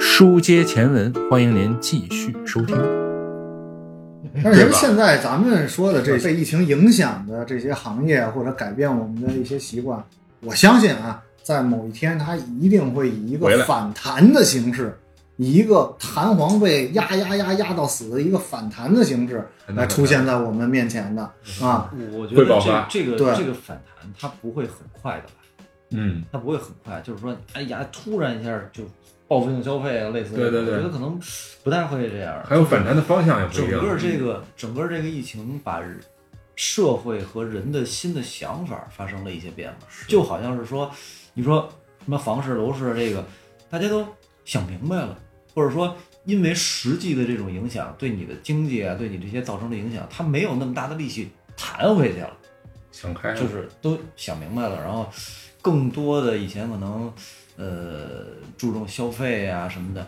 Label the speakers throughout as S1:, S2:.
S1: 书接前文，欢迎您继续收听。
S2: 但是其实现在咱们说的这被疫情影响的这些行业或者改变我们的一些习惯，我相信啊，在某一天它一定会以一
S3: 回
S2: 个
S3: 来
S2: 反弹的形式，以一个弹簧被压压压压到死的一个反弹的形式
S3: 反弹
S2: 来出现在我们面前的啊。
S4: 我我觉
S3: 会
S4: 得
S3: 爆发
S4: 这这个
S2: 对
S4: 这个反弹它不会很快的吧？
S3: 嗯，
S4: 它不会很快，就是说，哎呀，突然一下就报复性消费啊，类似
S3: 对对对
S4: 我觉得可能不太会这样。
S3: 还有反弹的方向也不
S4: 整
S3: 一样。嗯
S4: 个这个整个这个疫情把社会和人的新的想法发生了一些变化，就好像是说，你说什么房市、楼市这个，大家都想明白了，或者说因为实际的这种影响对你的经济啊，对你这些造成的影响，它没有那么大的力气弹回去了。
S3: 想开了，
S4: 就是都想明白了，然后更多的以前可能呃注重消费啊什么的，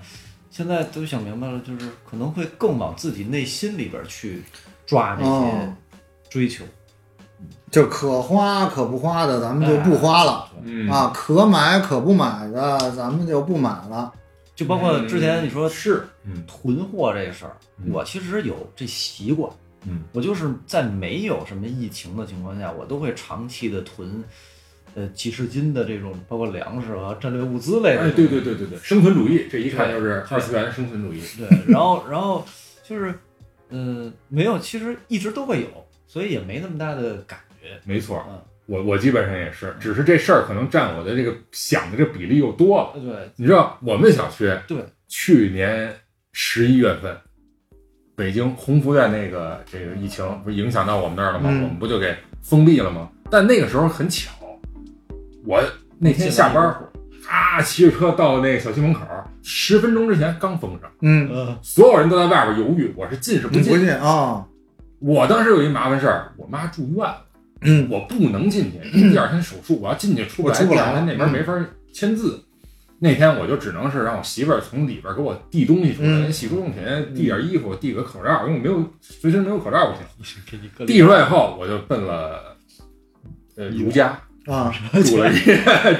S4: 现在都想明白了，就是可能会更往自己内心里边去抓这些
S2: 哦
S4: 追求，
S2: 就可花可不花的，咱们就嗯不花了、
S4: 哎。
S3: 嗯，
S2: 啊；可买可不买的，咱们就不买了。
S4: 就包括之前你说是
S3: 嗯
S4: 囤货这事儿，我其实有这习惯，
S3: 嗯，
S4: 我就是在没有什么疫情的情况下，我都会长期的囤，呃几十斤的这种包括粮食和战略物资类的东
S3: 哎，
S4: 西。
S3: 对对对对对，生存主义，这一看就是二次元生存主义。
S4: 对，然后然后就是，呃，没有，其实一直都会有，所以也没那么大的感觉。
S3: 没错
S4: 嗯，
S3: 我我基本上也是，只是这事儿可能占我的这个想的这比例又多了。
S4: 呃对
S3: 你知道我们小区
S4: 对，
S3: 去年十一月份，北京鸿福苑那个这个疫情不是影响到我们那儿了吗？
S2: 嗯
S3: 我们不就给封闭了吗？但那个时候很巧，我那天下班儿，啊，骑着车到那个小区门口，十分钟之前刚封上，
S2: 嗯，
S4: 呃，
S3: 所有人都在外边犹豫，我是进是不
S2: 你
S3: 进
S2: 不。信啊？
S3: 我当时有一麻烦事儿，我妈住院了，
S2: 嗯，
S3: 我不能进去，因为第二天手术，我要进去出不来，
S2: 我出不来了嗯
S3: 那边没法签字。那天我就只能是让我媳妇儿从里边给我递东西出来，
S2: 嗯
S3: 洗漱用品，递点衣服，递个口罩，因为我没有随身没有口罩不行。
S2: 嗯
S4: 给你个
S3: 递出来以后，我就奔了呃如家，
S2: 啊，
S3: 住了一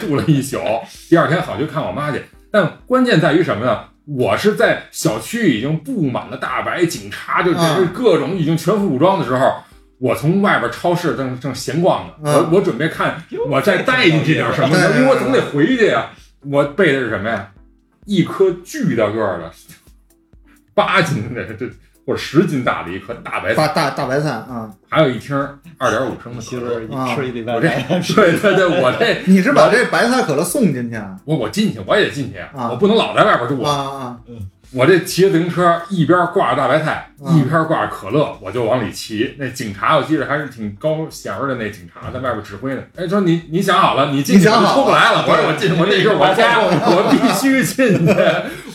S3: 住了一宿，第二天好去看我妈去。但关键在于什么呢？我是在小区已经布满了大白警察，就
S2: 啊
S3: 是各种已经全副武装的时候，我从外边超市正正闲逛呢，
S2: 嗯
S3: 我我准备看我再带进去点什么
S2: 对
S3: 呢，
S2: 对
S3: 因为我总得回去呀。我备的是什么呀？一颗巨大个儿的，八斤的这或者十斤大的一颗大白菜，
S2: 大大大白菜啊！
S3: 还有一听二点五升的
S4: 媳
S3: 可
S4: 妇
S3: 乐。
S4: 儿
S2: 啊
S4: 一吃一礼拜
S3: 我这，对对对，我这
S2: 你是把这白菜可乐送进去啊？
S3: 我我进去，我也得进去，
S2: 啊
S3: 我不能老在外边住。
S2: 啊啊！
S3: 我这骑着自行车，一边挂着大白菜，
S2: 啊
S3: 一边挂着可乐，我就往里骑。那警察我记得还是挺高衔儿的，那警察在外边指挥呢。哎，说你你想好了，你进
S2: 你
S3: 去
S2: 想
S3: 我就
S2: 好
S3: 出不来
S2: 了
S3: 了。我说我进我这是我家，我必须进去。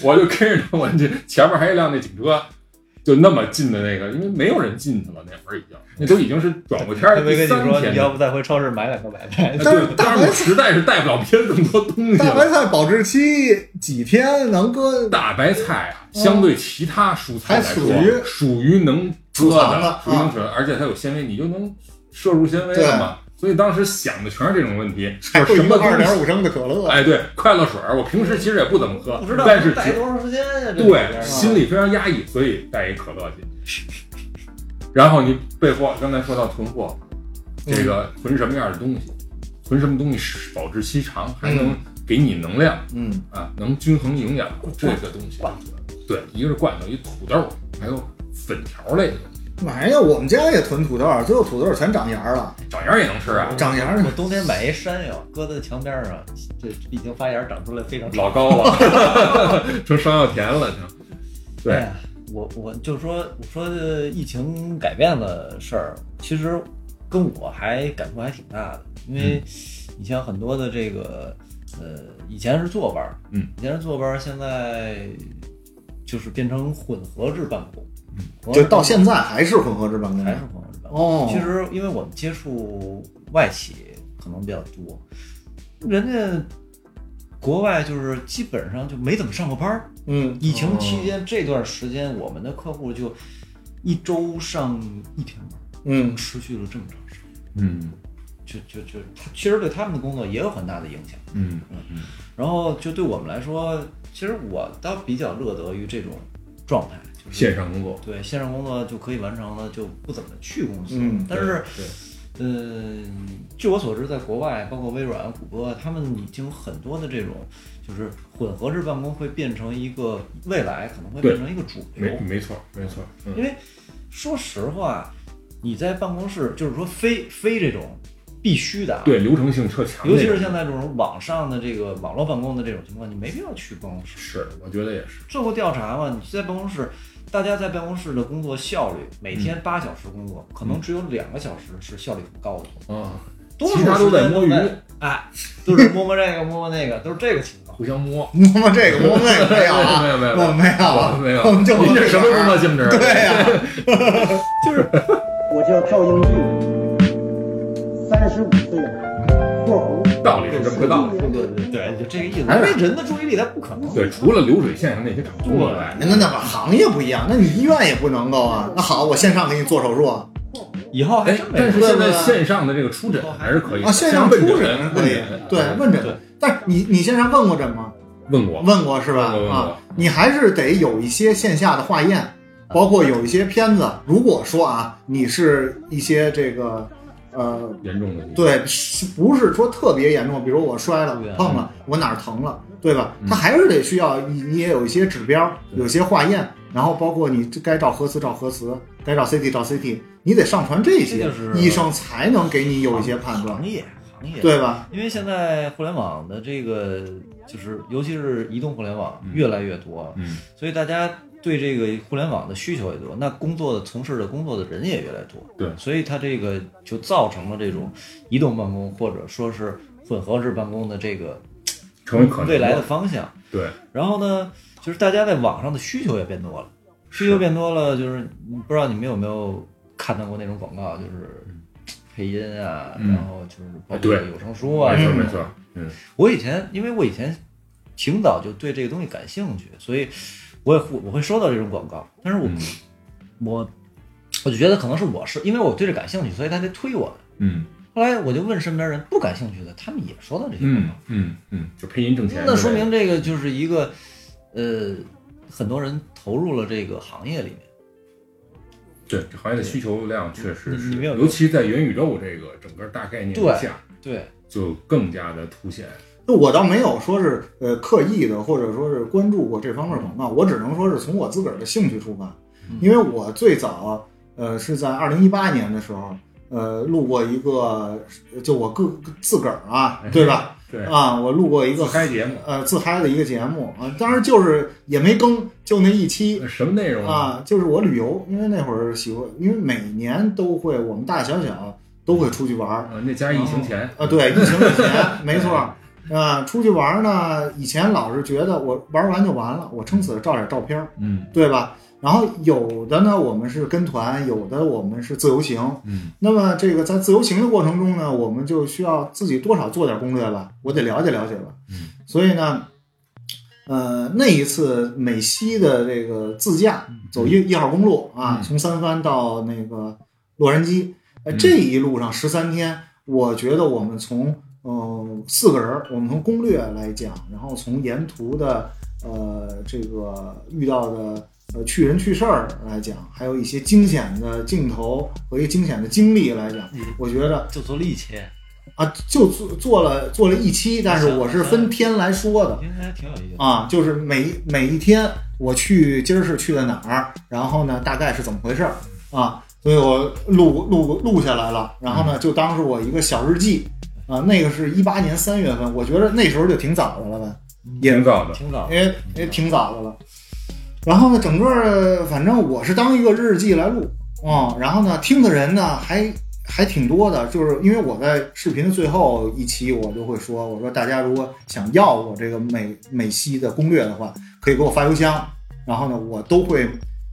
S3: 我就跟着我这前面还有一辆那警车。就那么近的那个，因为没有人进去了，那会儿已经，那都已经是转过天儿
S4: 他没
S3: 第
S4: 跟
S3: 三
S4: 你说
S3: 天
S4: 你
S3: 了。
S4: 要不再回超市买两个白菜
S3: 哎，
S2: 但是
S3: 对，
S2: 大
S3: 但是
S2: 白
S3: 我实在是带不了别人更多东西
S2: 啊大
S3: 了。
S2: 白菜保质期几天能搁？
S3: 大白菜啊，相对其他蔬菜来说，
S2: 嗯
S3: 啊
S2: 还属于
S3: 属于能
S2: 储
S3: 搁
S2: 藏
S3: 的
S2: 的，
S3: 属于能存，而且它有纤维，你就能摄入纤维了嘛。所以当时想的全是这种问题，
S2: 还
S3: 就是什么
S2: 二
S3: 东西？
S2: 点五升的可乐？
S3: 哎，对，快乐水儿，我平时其实呃也不怎么喝
S4: 不知，道
S3: 但是
S4: 待
S3: 只
S4: 多长时间呀？这
S3: 对
S4: 边啊
S3: 心里非常压抑，所以带一可乐进去。然后你备货，刚才说到囤货，
S2: 嗯
S3: 这个囤什么样的东西，囤什么东西是保质期长，还能给你能量。
S2: 嗯，
S3: 啊，能均衡营养这个东西。对，一个是罐头，一土豆，还有粉条类的东西，
S2: 玩意儿，我们家也囤土豆儿，最后土豆儿全长芽儿了，
S3: 长芽也能吃啊。
S2: 长芽儿
S4: 我冬天买一山药，搁在墙边上，这已经发芽长出来非 常
S3: 老高了，成山药田了，成。对
S4: 哎呀，我我就说，我说这疫情改变的事儿，其实跟我还感触还挺大的，因为
S2: 嗯
S4: 你像很多的这个，呃，以前是坐班儿，
S3: 嗯，
S4: 以前是坐班儿，现在就是变成混合制办公，混合
S2: 嗯就
S4: 制
S2: 到现在还是混合制办公
S4: 还是。混合制办公。
S2: 哦，
S4: 其实因为我们接触外企可能比较多，人家国外就是基本上就没怎么上过班儿。
S2: 嗯，
S4: 疫
S3: 哦
S4: 情期间这段时间，我们的客户就一周上一天班，
S2: 嗯
S4: 持续了这么长时间，
S3: 嗯
S4: 就就就，他其实对他们的工作也有很大的影响。
S3: 嗯
S4: 然后就对我们来说，其实我倒比较乐得于这种状态，就是
S3: 线上工作，
S4: 对线上工作就可以完成了，就不怎么去公司。
S2: 嗯
S4: 但是，
S3: 对
S4: 嗯，据我所知，在国外，包括微软、谷歌，他们已经很多的这种就是混合制办公会变成一个未来可能会
S3: 对
S4: 变成一个主
S3: 没
S4: 流。
S3: 没错没错，嗯，
S4: 因为说实话，你在办公室就是说非非这种必须的啊，
S3: 对流程性特强那
S4: 尤
S3: 种，
S4: 其是现在这种网上的这个网络办公的这种情况，你没必要去办公室。
S3: 是，我觉得也是，
S4: 做过调查嘛，你在办公室，大家在办公室的工作效率，每天
S3: 嗯
S4: 八小时工作，可能只有两个小时是效率很高的，
S3: 啊，
S4: 多数
S3: 嗯其他都在
S4: 时间
S3: 摸鱼
S4: 哎，都是摸摸这个摸摸那个，都是这个情况。
S3: 互相摸，
S2: 摸摸 这个，摸摸那个，没有啊，
S3: 没有没有
S2: 我们没有
S3: 我
S2: 啊，
S3: 们没有，
S2: 我们就啊
S3: 您这什么工作性质？啊
S2: 对呀、
S5: 我叫赵英俊，三十五岁了，括弧
S3: 道理是这么个道理。
S4: 对对对对，就这个意思。因
S2: 哎
S4: 为人的注意力他不可能。
S3: 对，除了流水线上那些打工的外，
S2: 那那行业不一样，那你医院也不能够啊。那好，我线上给你做手术啊，
S4: 以后还
S3: 哎
S4: 真，没
S3: 但
S4: 有。
S3: 是现在线上的这个出诊还是可以的，
S2: 啊线上
S3: 问
S2: 出
S3: 诊
S2: 诊可以，对，问
S4: 对
S2: 诊。但是你你线上问过诊吗？
S3: 问过，
S2: 问过是吧？
S3: 问过问过
S2: 啊，你还是得有一些线下的化验，包括有一些片子。如果说啊，你是一些这个呃
S3: 严重的地方，
S2: 对，是不是说特别严重？比如我摔了
S4: 对、
S2: 碰了，我哪儿疼了，对吧？
S3: 嗯
S2: 它还是得需要你，你也有一些指标，
S3: 对
S2: 有些化验，然后包括你这该照核磁照核磁，该照 CT 照 CT，你得上传这
S4: 这
S2: 些
S4: 就是，
S2: 医生才能给你有一些判断
S4: 行，业行业。
S2: 对吧？
S4: 因为现在互联网的这个，就是尤其是移动互联网越来越多，
S3: 嗯，
S4: 所以大家对这个互联网的需求也多，那工作的从事的工作的人也越来越多，
S3: 对
S4: 所以它这个就造成了这种移动办公或者说是混合制办公的这个
S3: 成为可能
S4: 未来的方向。
S3: 嗯对，
S4: 然后呢，就是大家在网上的需求也变多了，需求变多了，就是你不知道你们有没有看到过那种广告，就是配音啊，
S3: 嗯
S4: 然后就是包括
S3: 对
S4: 有声书啊，
S2: 嗯
S3: 没错没错，嗯，
S4: 我以前因为我以前挺早就对这个东西感兴趣，所以我也会我会收到这种广告，但是我、
S3: 嗯
S4: 我我就觉得可能是我是因为我对这感兴趣，所以他在推我。
S3: 嗯
S4: 后来我就问身边人不感兴趣的，他们也收到这些广
S3: 嗯
S4: 告，
S3: 嗯嗯，就配音挣钱，
S4: 那说明这个就是一个呃，很多人投入了这个行业里面。
S3: 对这行业的需求量确实
S4: 嗯你
S3: 是，
S4: 你没有
S3: 尤其在元宇宙这个整个大概念
S4: 对
S3: 下，
S4: 对，
S3: 就更加的凸显。
S2: 那我倒没有说是呃刻意的，或者说是关注过这方面广告，我只能说是从我自个儿的兴趣出发，
S3: 嗯
S2: 因为我最早呃是在二零一八年的时候，呃录过一个，就我个自个儿啊，对吧？
S3: 哎 对，
S2: 啊，我录过一个
S3: 自嗨节目，
S2: 呃自嗨的一个节目啊，当然就是也没更，就那一期
S3: 什么内容？
S2: 啊，就是我旅游，因为那会儿喜欢，因为每年都会，我们大大小小都会出去玩儿
S3: 啊，那加上疫情前
S2: 啊，，对，疫情以前没错儿啊，出去玩儿呢，以前老是觉得我玩完就完了，我撑死了照点照片儿，
S3: 嗯
S2: 对吧？然后有的呢，我们是跟团，有的我们是自由行，
S3: 嗯，
S2: 那么这个在自由行的过程中呢，我们就需要自己多少做点攻略吧，我得了解了解吧。
S3: 嗯，
S2: 所以呢，呃，那一次美西的这个自驾走一一号公路啊，
S3: 嗯
S2: 从三藩到那个洛杉矶，呃，这一路上十三天，我觉得我们从呃四个人儿，我们从攻略来讲，然后从沿途的呃这个遇到的呃趣人趣事儿来讲，还有一些惊险的镜头和一些惊险的经历来讲，我觉得
S4: 就做了一切，
S2: 啊，就做做了做了一期，但是我是分天来说的。
S4: 应该挺有意思的。
S2: 啊，就是每每一天我去今儿是去了哪儿，然后呢大概是怎么回事儿啊，所以我录录录下来了，然后呢就当是我一个小日记啊，那个是一八年三月份，我觉得那时候就挺早的了吧，也
S3: 营造的，
S4: 挺早
S2: 因，为也挺早的了。然后呢，整个儿反正我是当一个日记来录啊、然后呢听的人呢还还挺多的，就是因为我在视频的最后一期我就会说，我说大家如果想要我这个美美西的攻略的话，可以给我发邮箱，然后呢我都会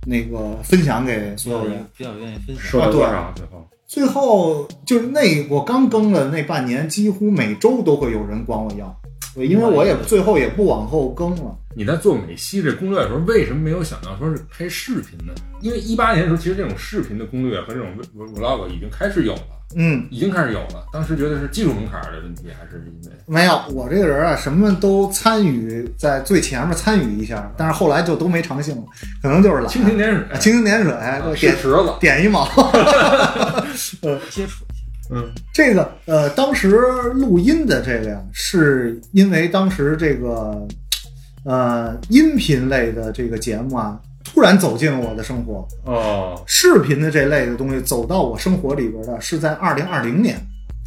S2: 那个分享给
S4: 比
S2: 所
S4: 较
S2: 有人。
S4: 比较愿意分享。
S3: 收到
S2: 啊对
S3: 多少？最后
S2: 最后就是那我刚更了那半年，几乎每周都会有人管我要，对因为我也最后也不往后更了。
S3: 你在做美西这攻略的时候，为什么没有想到说是开视频呢？因为一八年的时候，其实这种视频的攻略和这种 vlog- vlog 已经开始有了，
S2: 嗯，
S3: 已经开始有了。当时觉得是技术门槛儿的问题，还是因为
S2: 没有，我这个人啊，什么都参与在最前面参与一下，但是后来就都没长性了，可能就是懒，
S3: 蜻蜓点水、
S2: 啊蜻蜓点水，
S3: 啊吃
S2: 点
S3: 池子，
S2: 点一毛。
S4: 接触一下。
S3: 嗯，
S2: 这个呃，当时录音的这个呀，是因为当时这个呃音频类的这个节目啊，突然走进了我的生活。
S3: 哦，
S2: 视频的这类的东西走到我生活里边的，是在二零二零年。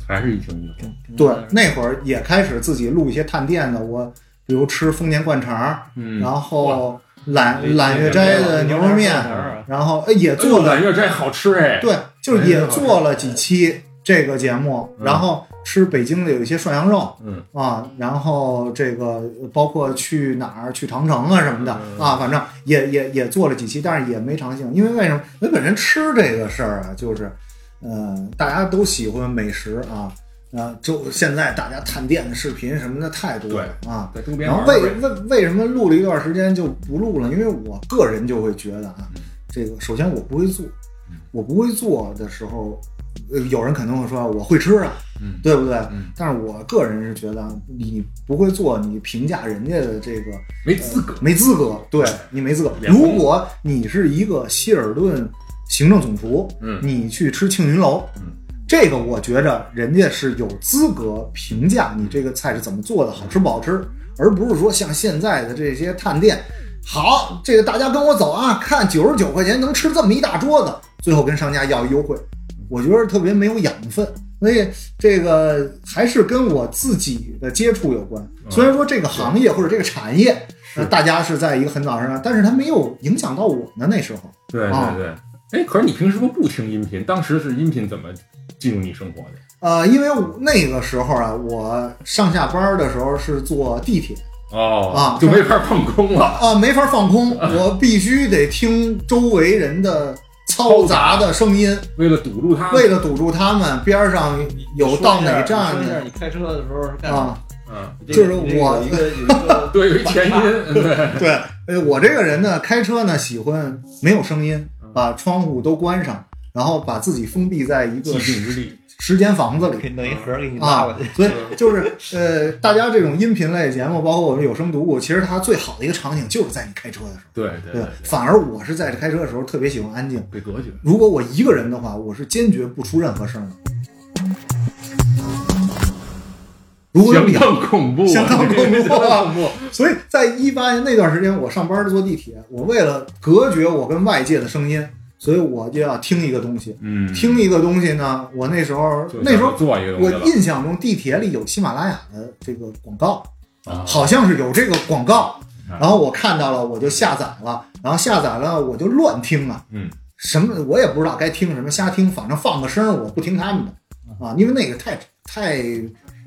S3: 还是疫情影响。
S4: 跟跟
S2: 对
S4: 大家，
S2: 那会儿也开始自己录一些探店的，我比如吃丰年灌肠，
S3: 嗯，
S2: 然后揽
S4: 嗯
S2: 揽月斋的牛肉面
S4: 嗯，
S2: 然后哎也做
S3: 做
S2: 了，
S3: 揽月斋好吃哎，
S2: 对，就是也做了几期这个节目，
S3: 嗯
S2: 然后吃北京的有一些涮羊肉
S3: 嗯，
S2: 啊，然后这个包括去哪儿去长城啊什么的
S3: 嗯
S2: 啊，反正也也也做了几期，但是也没长性，因为为什么？因为本身吃这个事儿啊，就是，呃，大家都喜欢美食啊。啊，就现在大家探店的视频什么的太多了啊，
S3: 在周边
S2: 然后
S3: 玩
S2: 为
S3: 儿呗
S2: 为为什么录了一段时间就不录了？因为我个人就会觉得啊
S3: 嗯，
S2: 这个首先我不会做
S3: 嗯，
S2: 我不会做的时候，呃有人肯定会说我会吃啊，
S3: 嗯
S2: 对不对？
S3: 嗯
S2: 但是我个人是觉得啊你不会做，你评价人家的这个
S3: 没资格，嗯
S2: 没资格，对你没资格。
S3: 脸红
S2: 如果你是一个希尔顿行政总厨，
S3: 嗯
S2: 你去吃庆云楼，
S3: 嗯
S2: 这个我觉着人家是有资格评价你这个菜是怎么做的，好吃不好吃，而不是说像现在的这些探店，好，这个大家跟我走啊，看九十九块钱能吃这么一大桌子，最后跟商家要一优惠，我觉得特别没有养分。所以这个还是跟我自己的接触有
S3: 嗯
S2: 关。虽然说这个行业或者这个产业那大家是在一个很早上，但是它没有影响到我呢。那时候
S3: 对
S2: 啊
S3: 对对。哎，可是你平时不不听音频，当时是音频怎么进入你生活的？
S2: 呃，因为我那个时候啊，我上下班的时候是坐地铁
S3: 哦
S2: 啊
S3: 就没法碰空了。
S2: 啊、没法放 空，我必须得听周围人的嘈杂的声音，
S4: 嗯
S3: 为了堵住他，
S2: 为了堵住他们边上有到哪站
S4: 你说一下
S2: 的
S4: 你开车的时候是干嘛？
S2: 啊。
S3: 嗯，
S4: 你这个
S2: 就是
S4: 你这个
S2: 我
S4: 有一个有一个
S3: 对，有一前因，对，
S2: 对，呃，我这个人呢，开车呢喜欢没有声音，
S4: 嗯
S2: 把窗户都关上，然后把自己封闭在一个
S3: 寂静之地，
S2: 时间房子里。
S4: 给弄一盒给你拉
S2: 啊
S4: 过去。，
S2: 所以就是呃，大家这种音频类节目，包括我们有声读物，其实它最好的一个场景就是在你开车的时候，
S3: 对对
S2: 对吧反而我是在开车的时候特别喜欢安静。
S3: 被隔绝。
S2: 如果我一个人的话，我是坚决不出任何声的。如果有
S3: 相
S2: 两
S3: 当恐怖啊，
S2: 相当恐怖啊
S3: 相当恐怖。
S2: 所以在一八年那段时间，我上班是坐地铁，我为了隔绝我跟外界的声音，所以我就要听一个东西。
S3: 嗯，
S2: 听一个东西呢，我那时候
S3: 就
S2: 那时候
S3: 做一个东
S2: 我
S3: 西了
S2: 印象中地铁里有喜马拉雅的这个广告，
S3: 啊，
S2: 好像是有这个广告，
S3: 啊
S2: 然后我看到了，我就下载了，然后下载了我就乱听啊，
S3: 嗯，
S2: 什么我也不知道该听什么，瞎听，反正放个声儿我不听他们的啊，因为那个太太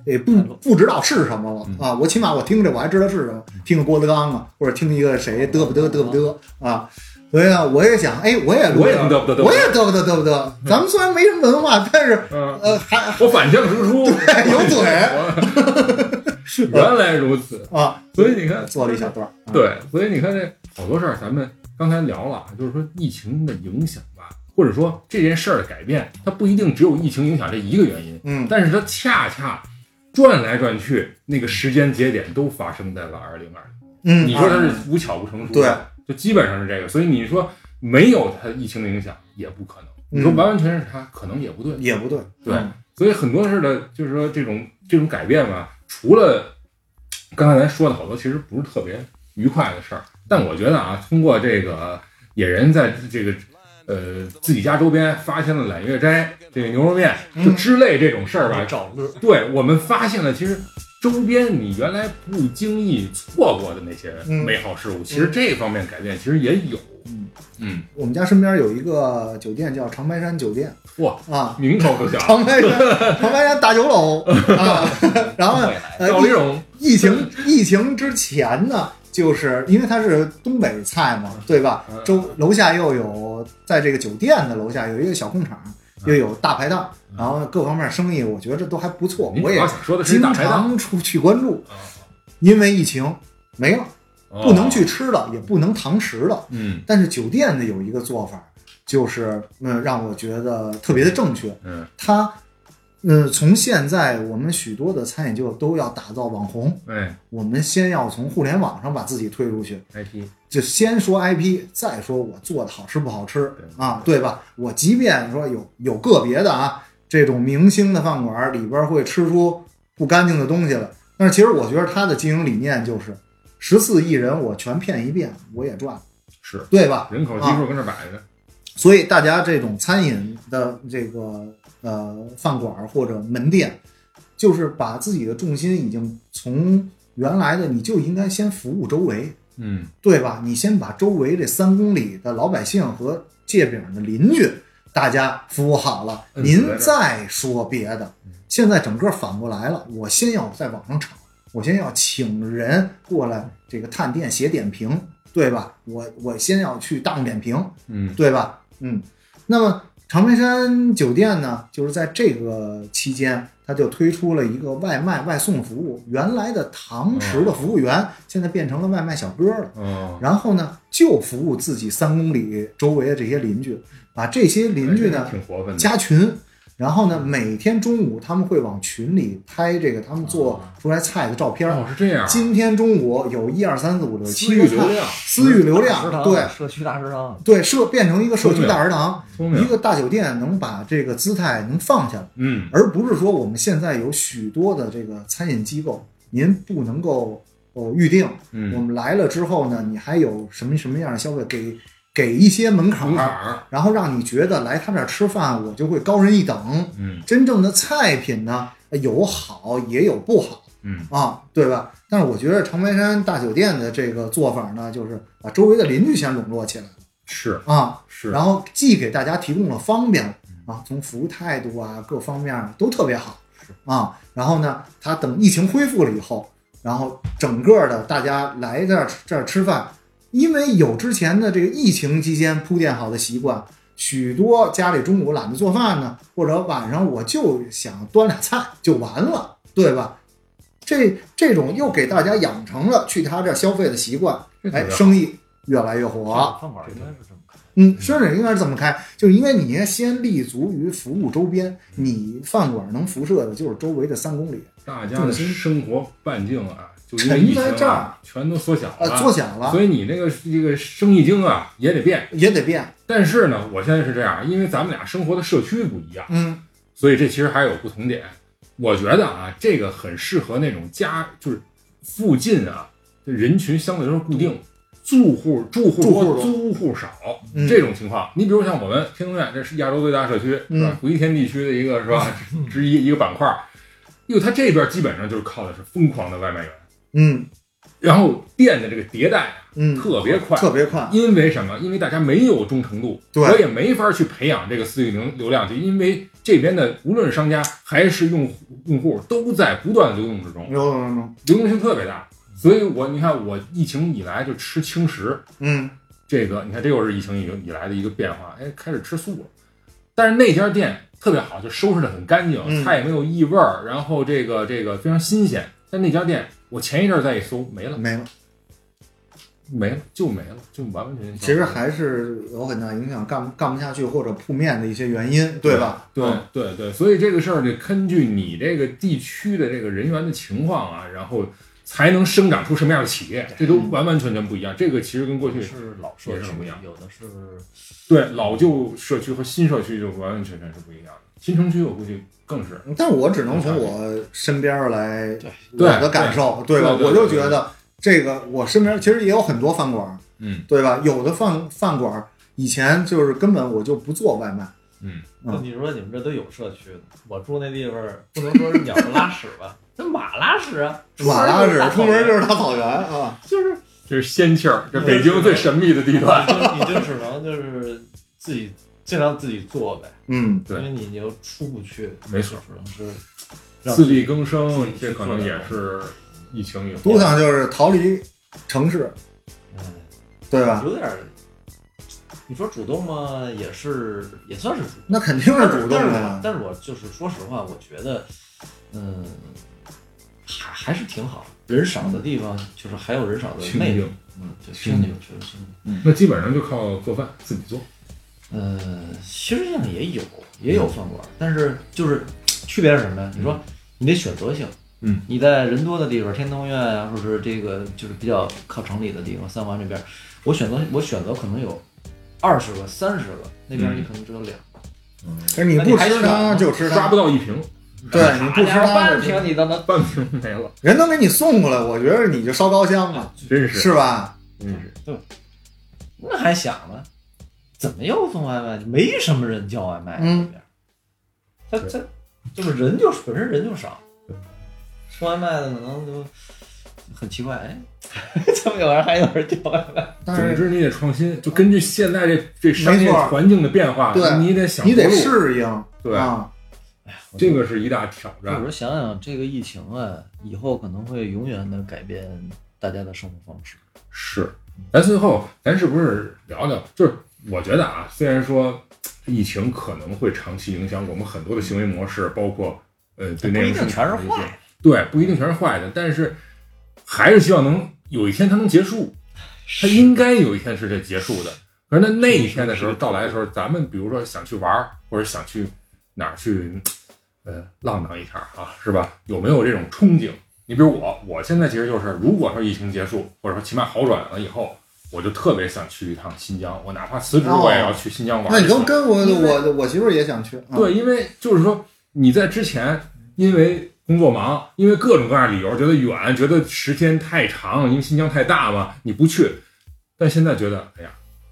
S2: 也不不知道是什么
S3: 嗯
S2: 了啊，我起码我听着我还知道是什么，听个郭德纲啊，或者听一个谁嘚不嘚嘚不嘚啊，所以呢，我也想，哎，我也录
S3: 嗯我也
S2: 点儿
S3: 得不得得不
S2: 我也
S3: 得，
S2: 嘚不嘚嘚不嘚，咱们虽然没什么文化，但是
S3: 嗯，
S2: 呃还
S3: 我反向输出，
S2: 对哎有嘴
S3: 我。原来如此，
S2: 啊
S3: 所以你看，
S2: 做了一小段儿，啊，
S3: 对，所以你看这好多事儿，咱们刚才聊了，就是说疫情的影响吧，或者说这件事儿的改变，它不一定只有疫情影响这一个原因，
S2: 嗯，
S3: 但是它恰恰转来转去，那个时间节点都发生在了二零二
S2: 嗯，
S3: 你说它是无巧不成书，
S2: 对，
S3: 就基本上是这个。所以你说没有它疫情的影响也不可能，
S2: 嗯
S3: 你说完完全全是它可能也不对，
S2: 也不对，
S3: 对。所以很多事的，就是说这种这种改变吧，除了刚才咱说的好多，其实不是特别愉快的事儿。但我觉得啊，通过这个野人在这个呃自己家周边发现了揽月斋这个牛肉面
S2: 嗯
S3: 就之类这种事儿吧，
S4: 找乐，
S3: 对我们发现了，其实周边你原来不经意错过的那些
S2: 嗯
S3: 美好事物，其实这方面改变其实也有。
S2: 嗯
S3: 嗯，
S2: 我们家身边有一个酒店叫长白山酒店
S3: 哇，
S2: 啊，
S3: 名头不小，
S2: 长白山长白山大酒 楼啊，然后呢呃
S3: 赵丽蓉，
S2: 疫疫情疫情之前呢，就是因为它是东北菜嘛，对吧
S3: 嗯？
S2: 周楼下又有在这个酒店的楼下有一个小工厂，又有大排档，
S3: 嗯
S2: 然后各方面生意我觉着都还不错，
S3: 你
S2: 我
S3: 主
S2: 也
S3: 要想说的是
S2: 经
S3: 大排档
S2: 常出去关注，
S3: 啊
S2: 因为疫情没了。
S3: 啊哦
S2: 不能去吃的，也不能堂食的。
S3: 嗯
S2: 但是酒店的有一个做法，就是嗯，让我觉得特别的正确。
S3: 嗯
S2: 它，呃，从现在我们许多的餐饮就都要打造网红，
S3: 哎
S2: 我们先要从互联网上把自己推出去，
S3: ，IP
S2: 就先说 IP，再说我做的好吃不好吃
S3: 对
S2: 啊，对吧？我即便说有有个别的啊，这种明星的饭馆里边会吃出不干净的东西了，但是其实我觉得他的经营理念就是十四亿人我全骗一遍，我也赚，
S3: 是
S2: 对吧？
S3: 人口基
S2: 啊
S3: 数跟这摆着，
S2: 所以大家这种餐饮的这个呃饭馆儿或者门店，就是把自己的重心已经从原来的你就应该先服务周围，
S3: 嗯
S2: 对吧？你先把周围这三公里的老百姓和界饼的邻居大家服务好了，
S3: 嗯
S2: 您再说别的。现在整个反过来了，我先要在网上炒，我先要请人过来这个探店写点评，对吧？我我先要去大众点评，
S3: 嗯
S2: 对吧？嗯，那么长白山酒店呢，就是在这个期间，它就推出了一个外卖外送服务，原来的堂食的服务员，现在变成了外卖小哥了。
S3: 哦，
S2: 然后呢，就服务自己三公里周围的这些邻居，把这些邻居呢
S3: 哎挺活泛的，
S2: 加群，然后呢，每天中午他们会往群里拍这个他们做出来菜的照片儿。
S3: 啊哦是这样，
S2: 今天中午有一二三四五六
S3: 私
S2: 七
S3: 域
S2: 个
S3: 流
S2: 菜，
S3: 量，
S2: 私域流
S4: 大食
S2: 量，
S4: 堂
S2: 对
S4: 社区大食堂，
S2: 对，社变成一个社区大食堂，
S3: 聪
S2: 一
S3: 明，
S2: 个大酒店能把这个姿态能放下来，
S3: 嗯
S2: 而不是说我们现在有许多的这个餐饮机构，您不能够呃预定，我
S3: 嗯，
S2: 们来了之后呢，你还有什么什么样的消费，给给一些门槛
S3: 门槛
S2: 儿，
S3: 儿，
S2: 然后让你觉得来他这儿吃饭我就会高人一等。
S3: 嗯
S2: 真正的菜品呢，有好也有不好。
S3: 嗯
S2: 啊，对吧？但是我觉得长白山大酒店的这个做法呢，就是把周围的邻居先笼络起来
S3: 是
S2: 啊，
S3: 是，
S2: 然后既给大家提供了方便啊，从服务态度啊各方面儿都特别好啊。然后呢，他等疫情恢复了以后，然后整个的大家来这儿这儿吃饭，因为有之前的这个疫情期间铺垫好的习惯，许多家里中午懒得做饭呢，或者晚上我就想端俩菜就完了，对吧？这这种又给大家养成了去他这儿消费的习惯，
S3: 这特别
S2: 哎，
S3: 好
S2: 生意越来越火。
S4: 饭馆应该是这么开。
S2: 嗯，生水应该是怎么开？就是因为你先立足于服务周边，你饭馆能辐射的就是周围的三公里，
S3: 大家的生活半径啊，就因为
S2: 沉
S3: 疫情
S2: 在这儿
S3: 啊，全都缩小
S2: 呃，
S3: 了，
S2: 做小了
S3: 所以你那个这个生意经啊也得变。
S2: 也得变。
S3: 但是呢，我现在是这样，因为咱们俩生活的社区不一样，
S2: 嗯
S3: 所以这其实还有不同点。我觉得啊，这个很适合那种家，就是附近啊，这人群相对来说固定，住户住户
S2: 住户
S3: 多，
S2: 多
S3: 租户少、
S2: 嗯
S3: 这种情况。你比如像我们天通苑，这是亚洲最大社区，是吧？回天地区的一个是吧之一一个板块儿，因为它这边基本上就是靠的是疯狂的外卖员，
S2: 嗯
S3: 然后店的这个迭代啊
S2: 嗯，
S3: 特别快，
S2: 特别快。
S3: 因为什么？因为大家没有忠诚度，
S2: 对
S3: 我也没法去培养这个私域流流量，就因为这边的无论是商家还是用户用户都在不断流动之中，
S2: 有有有有，
S3: 流动性特别大。所以我你看，我疫情以来就吃轻食，
S2: 嗯
S3: 这个你看这又是疫情以以来的一个变化，哎，开始吃素了。但是那家店特别好，就收拾的很干净，
S2: 嗯
S3: 菜也没有异味儿，然后这个这个非常新鲜。但那家店我前一阵儿再一搜，没了，
S2: 没了。
S3: 没了，就没了，就完完全全消
S2: 其
S3: 失了。
S2: 实还是有很大影响，干干不下去或者铺面的一些原因，对吧？
S3: 对
S2: 嗯
S3: 对对，所以这个事儿得根据你这个地区的这个人员的情况啊，然后才能生长出什么样的企业，这都完完全全不一样。这个其实跟过去
S4: 是老社
S3: 也嗯是
S4: 区
S3: 不一样，
S4: 有的是
S3: 对老旧社区和新社区就完完全全是不一样的。新城区我估计更是，
S2: 但我只能从我身边儿来
S4: 对
S2: 我的感受，
S3: 对
S2: 吧？
S3: 对对
S2: 我就觉
S3: 对
S2: 得这个我身边其实也有很多饭馆儿，
S3: 嗯
S2: 对吧？有的饭饭馆儿以前就是根本我就不做外卖，
S3: 嗯，
S2: 嗯
S4: 你说你们这都有社区呢，我住那地方儿不能说是鸟儿拉屎吧，那马拉 屎啊，
S2: 瓦拉
S4: 就是
S2: 是
S4: 大草
S2: 出门
S4: 原
S2: 就是大草原啊，
S4: 就是
S3: 这是仙气儿，这北京最神秘的地段。
S4: 你就你就只能就是自己尽量自己做呗，
S2: 嗯，
S3: 对
S4: 因为你就出不去，
S3: 没错
S4: 只能是
S3: 自力更生，
S4: 自己
S3: 这
S4: 去
S3: 可
S4: 做
S3: 能
S4: 点
S3: 也
S4: 东西
S3: 是疫情以后
S2: 多想就是逃离城市，
S4: 嗯
S2: 对吧？
S4: 有点儿。你说主动嘛，也是也算是主动。
S2: 那肯定是主动的
S4: 但是我
S2: 呀，
S4: 但是我就是说实话，我觉得，嗯，还还是挺好。人少的地方，就是还有人少的
S3: 清
S4: 魅力
S3: 静。
S4: 嗯，对，真的有，确实真的有。
S3: 那基本上就靠做饭，自己做。
S4: 呃，其实现在也有，也有饭馆，但是就是区别是什么呀？你说你得选择性，
S3: 嗯，
S4: 你在人多的地方，天通苑啊，或者是这个就是比较靠城里的地方，三环这边，我选择我选择可能有二十个、三十个，那边你可能只有两个。
S2: 但是你不吃它就吃
S3: 刷
S2: 它，
S3: 不到一瓶，
S2: 对，你不吃它
S4: 半
S2: 就吃它，
S4: 瓶你都能。
S3: 半瓶没了，
S2: 人都给你送过来，我觉得你就烧高香了，
S3: 真是，
S2: 是吧？
S3: 真是。
S4: 那还想呢？怎么又送外卖？没什么人叫外卖啊，
S2: 嗯
S4: 这边，他他就是人就本身人就少，送外卖的可能就很奇怪，哎， 怎么有人还有人叫外卖？
S2: 但
S3: 总
S2: 是
S3: 之你得创新，就根据现在这这商业
S2: 没错
S3: 环境的变化，
S2: 对
S3: 你得想
S2: 你得
S3: 活路，
S2: 适应
S3: 对，
S2: 啊，
S3: 这个是一大挑
S4: 或者
S3: 战。
S4: 说想想这个疫情啊，以后可能会永远的改变大家的生活方式。
S3: 是，咱最后咱是不是聊聊？就是我觉得啊，虽然说疫情可能会长期影响我们很多的行为模式，包括呃对
S4: 不
S3: 内
S4: 一
S3: 容
S4: 定
S3: 生
S4: 全
S3: 产
S4: 是
S3: 的一些
S4: 坏，的，
S3: 对，不一定全是坏的，但是还是希望能有一天它能结束，它应该有一天是这结束的。可是那那一天的时候到来的时候，咱们比如说想去玩儿，或者想去哪儿去，呃，浪荡一下儿啊，是吧？有没有这种憧憬？你比如我，我现在其实就是，如果说疫情结束，或者说起码好转了以后，我就特别想去一趟新疆。我哪怕辞职，
S2: 哦
S3: 我也要去新疆玩
S2: 那
S3: 儿一
S2: 你
S3: 趟。
S2: 跟跟我我我媳妇儿也想去，啊
S3: 对，因为就是说你在之前因为工作忙，因为各种各样的理由，觉得远，觉得时间太长，因为新疆太大嘛，你不去。但现在觉得，哎呀，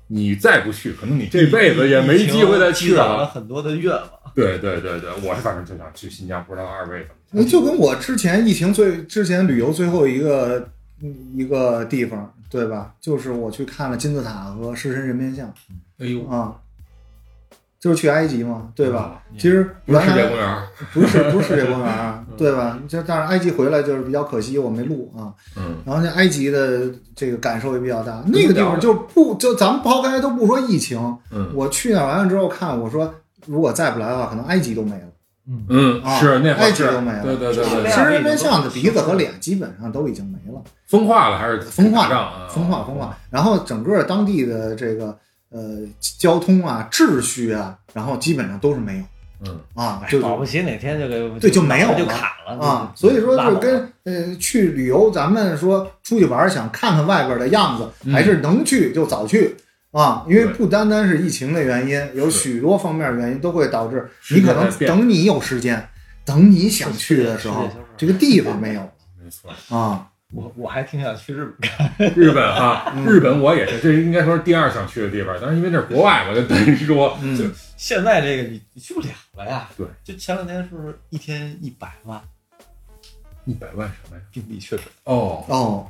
S3: 你再不去，可能你这辈子也没机会再去
S4: 积攒了
S3: 了。
S4: 很多的愿望。
S3: 对对对对，我是反正就想去新疆，不知道二位
S2: 那
S3: 怎么想。
S2: 嗯就跟我之前疫情最之前旅游最后一个一个地方，对吧？就是我去看了金字塔和狮身人面像
S3: 哎呦，
S2: 啊，就是去埃及嘛，对吧？
S4: 嗯
S2: 其实
S3: 啊不
S2: 原
S3: 是世界
S2: 来
S3: 公园儿，
S2: 不是不是世界公园 啊，对吧？就但是埃及回来就是比较可惜，我没录啊。
S3: 嗯，
S2: 然后那埃及的这个感受也比较大，那个地方就不就咱们抛开都不说疫情，
S3: 嗯
S2: 我去那儿完了之后看，我说如果再不来的话，可能埃及都没了。
S3: 嗯，
S2: 啊
S3: 是那会
S2: 埃
S3: 儿
S2: 及
S3: 是
S2: 都没了，
S3: 对对对
S4: 是
S3: 对，
S2: 狮身人面像的鼻子和脸基本上都已经没了，
S3: 风化了还是
S2: 风化
S3: 打仗啊？
S2: 风化风化。然后整个当地的这个呃交通啊、秩序啊，然后基本上都是没有。
S3: 嗯
S2: 啊，就
S4: 哎保不齐哪天就给
S2: 对就没有了
S4: 就砍了
S2: 啊，所以说
S4: 拉
S2: 就是
S4: 倒了
S2: 跟呃去旅游，咱们说出去玩儿想看看外边的样子，
S3: 嗯
S2: 还是能去就早去啊，因为
S3: 对
S2: 不单单是疫情的原因，有
S3: 是
S2: 许多方面的原因都会导致
S3: 时
S2: 你
S3: 间
S2: 可
S3: 在
S2: 能
S3: 变
S2: 等你有时间，等你想去的时
S4: 是
S2: 候
S4: 的是的是的，
S2: 这个地方没有了
S3: 没错。
S2: 啊，
S4: 我我还挺想去日本
S3: 日本哈、
S2: 嗯
S3: 日本我也是，这应该说是第二想去的地方，但是因为这是国外嘛，就等于说，
S2: 嗯，
S4: 现在这个你你去不了了呀。
S3: 对，
S4: 就前两天是不是一天一百万
S3: 一百万什么呀？
S4: 病例确诊？
S3: 哦，
S2: 哦，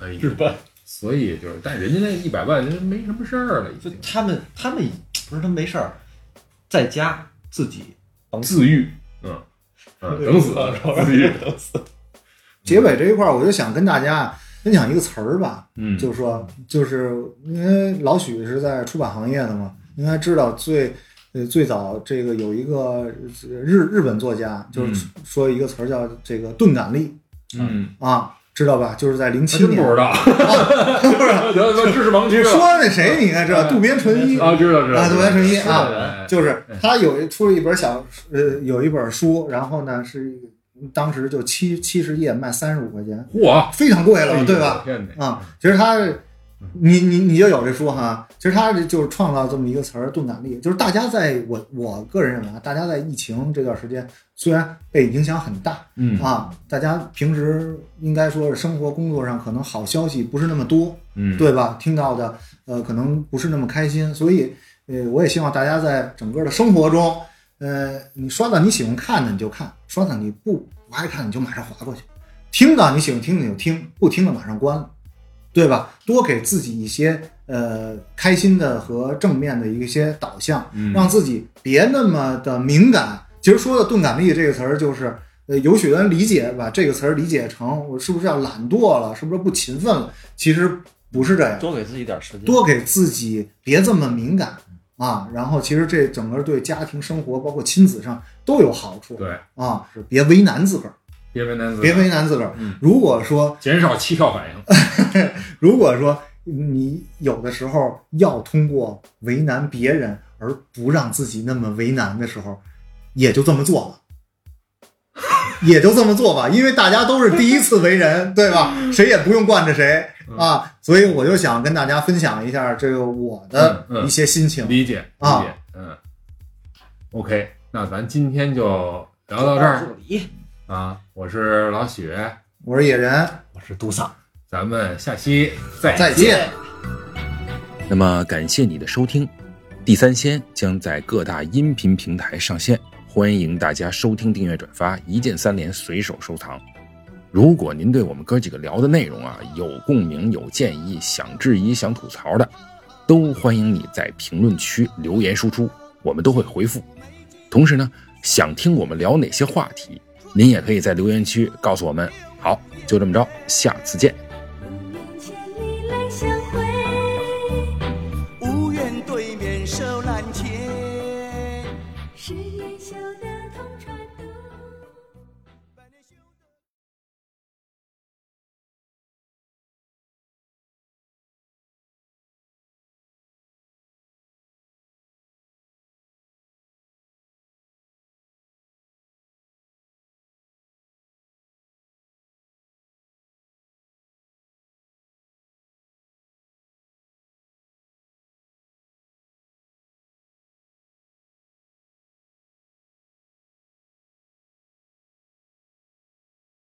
S3: 哎
S4: 日
S3: 呀，
S4: 本
S3: 所以就是，但人家那一百万人没什么事儿了，已
S4: 就
S3: 经
S4: 他们他们不是他们没事儿，在家自己等死，
S3: 自愈，嗯嗯，等死自愈，
S4: 等死。
S2: 结尾这一块儿，我就想跟大家分享一个词儿吧，
S3: 嗯，
S2: 就是说，就是因为老许是在出版行业的嘛，应该知道最呃最早这个有一个呃日日本作家，就是说一个词儿叫这个钝感力
S3: 嗯，
S2: 啊，知道吧？就是在零
S3: 还
S2: 七
S3: 真不
S2: 年，
S3: 知道， 得得知识盲区
S2: 你说
S3: 了
S2: 那谁你应该知道，渡边淳一
S3: 啊，知道知道，
S2: 啊，渡边淳一啊，
S3: 啊，
S2: 就是他有一出了一本小呃有一本书，然后呢是当时就七七十页卖三十五块钱，
S3: 嚯，
S2: 非常贵
S3: 哎
S2: 了，
S3: 呦嗯
S2: 对吧？？
S3: 天哪
S2: 啊，其实他，你你你就有这说哈，其实他就是创造这么一个词儿“钝感力”，就是大家在我我个人认为啊，大家在疫情这段时间虽然被影响很大
S3: 嗯
S2: 啊，大家平时应该说是生活工作上可能好消息不是那么多，
S3: 嗯，
S2: 对吧？听到的呃可能不是那么开心，所以呃我也希望大家在整个的生活中，呃你刷到你喜欢看的你就看，刷到你不不爱看你就马上划过去，听到你喜欢听的你就听，不听的马上关了，对吧？多给自己一些呃开心的和正面的一些导向，
S3: 嗯
S2: 让自己别那么的敏感。其实说的钝感力这个词儿，就是呃，有许多人理解把这个词儿理解成我是不是要懒惰了，是不是不勤奋了？其实不是这样，
S4: 多给自己点时间，
S2: 多给自己别这么敏感啊。然后其实这整个对家庭生活，包括亲子上都有好处
S3: 对，
S2: 啊。别为难自个儿，
S3: 别为难自己，
S2: 别为难自个儿
S3: 嗯。
S2: 如果说
S3: 减少膝跳反应，
S2: 如果说你有的时候要通过为难别人而不让自己那么为难的时候，也就这么做了。 也就这么做吧，因为大家都是第一次为人，对吧？
S3: 嗯
S2: 谁也不用惯着谁啊，所以我就想跟大家分享一下这个我的
S3: 嗯嗯
S2: 一些心情。
S3: 理解理
S2: 啊
S3: 解，嗯，OK，那咱今天就聊到这儿
S4: 助理，
S3: 啊，我是老许，
S2: 我是野人，
S4: 我是杜桑。
S3: 咱们下期再
S2: 再见。
S1: 那么感谢你的收听，《地三鲜》将在各大音频平台上线，欢迎大家收听、订阅、转发，一键三连，随手收藏。如果您对我们哥几个聊的内容啊有共鸣、有建议、想质疑、想吐槽的，都欢迎你在评论区留言输出，我们都会回复。同时呢，想听我们聊哪些话题，您也可以在留言区告诉我们。好，就这么着，下次见，